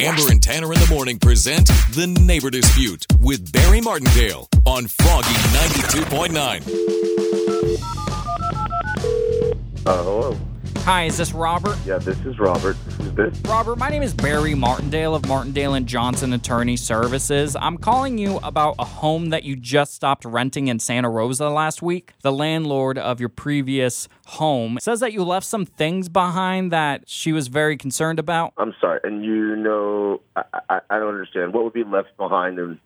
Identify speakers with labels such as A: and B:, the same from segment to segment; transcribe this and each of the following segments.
A: Amber and Tanner in the morning present The Neighbor Dispute with Barry Martindale on Froggy 92.9.
B: Uh, hello.
C: Hi, is this Robert?
B: Yeah, this is Robert. Who's this?
C: Robert, my name is Barry Martindale of Martindale and Johnson Attorney Services. I'm calling you about a home that you just stopped renting in Santa Rosa last week. The landlord of your previous home says that you left some things behind that she was very concerned about.
B: I'm sorry. And you know, I, I, I don't understand. What would be left behind? And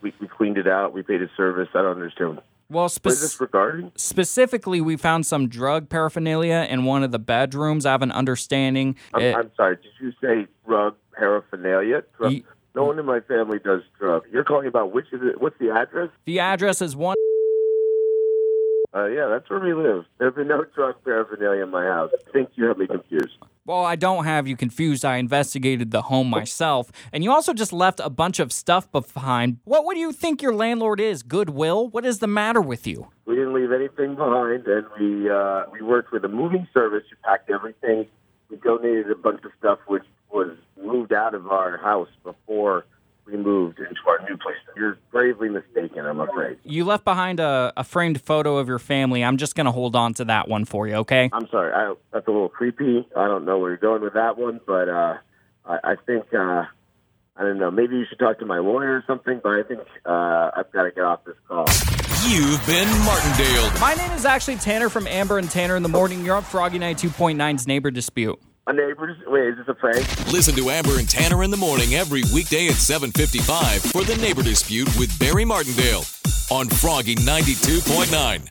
B: we, we cleaned it out. We paid a service. I don't understand.
C: Well,
B: What is this
C: spec-
B: regarding?
C: specifically, we found some drug paraphernalia in one of the bedrooms. I have an understanding.
B: I'm,
C: it-
B: I'm sorry. Did you say drug paraphernalia? Drug,
C: Ye-
B: no one in my family does drug. You're calling about which is it? What's the address?
C: the address is one.
B: Uh, yeah, that's where we live. There's been no drug paraphernalia in my house. I think you have me confused.
C: Well, I don't have you confused. I investigated the home myself. And you also just left a bunch of stuff behind. What would you think your landlord is? Goodwill? What is the matter with you?
B: We didn't leave anything behind, and we uh, we worked with a moving service who packed everything. We donated a bunch of stuff which was moved out of our house before we moved into our new place. You're gravely mistaken, I'm afraid.
C: You left behind a, a framed photo of your family. I'm just going to hold on to that one for you, okay?
B: I'm sorry, I, that's a little creepy. I don't know where you're going with that one, but uh, I, I think uh, I don't know. Maybe you should talk to my lawyer or something. But I think uh, I've got to get off this call.
A: You've been Martindale.
C: My name is actually Tanner from Amber and Tanner in the Morning. You're on Froggy 92.9's Neighbor Dispute.
B: My neighbors, wait, is this a prank?
A: Listen to Amber and Tanner in the morning every weekday at 7:55 for The Neighbor Dispute with Barry Martindale on Froggy 92.9.